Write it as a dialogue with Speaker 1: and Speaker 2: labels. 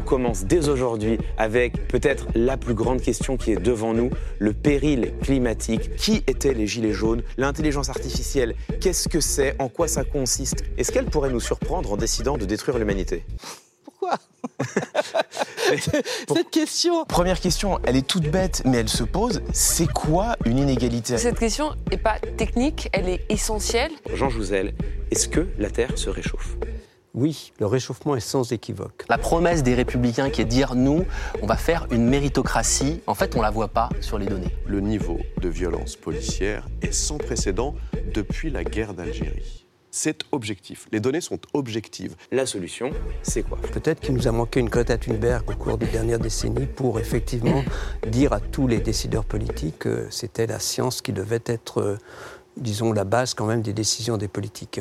Speaker 1: commence dès aujourd'hui avec peut-être la plus grande question qui est devant nous, le péril climatique. Qui étaient les Gilets jaunes L'intelligence artificielle, qu'est-ce que c'est En quoi ça consiste Est-ce qu'elle pourrait nous surprendre en décidant de détruire l'humanité
Speaker 2: Pourquoi Cette question
Speaker 1: Première question, elle est toute bête, mais elle se pose, c'est quoi une inégalité
Speaker 3: Cette question n'est pas technique, elle est essentielle.
Speaker 1: Jean Jouzel, est-ce que la Terre se réchauffe
Speaker 4: Oui, le réchauffement est sans équivoque.
Speaker 5: La promesse des républicains qui est de dire nous, on va faire une méritocratie, en fait on la voit pas sur les données.
Speaker 6: Le niveau de violence policière est sans précédent depuis la guerre d'Algérie. C'est objectif. Les données sont objectives.
Speaker 1: La solution, c'est quoi
Speaker 4: Peut-être qu'il nous a manqué une Greta Thunberg au cours des dernières décennies pour effectivement dire à tous les décideurs politiques que c'était la science qui devait être, euh, disons, la base quand même des décisions des politiques.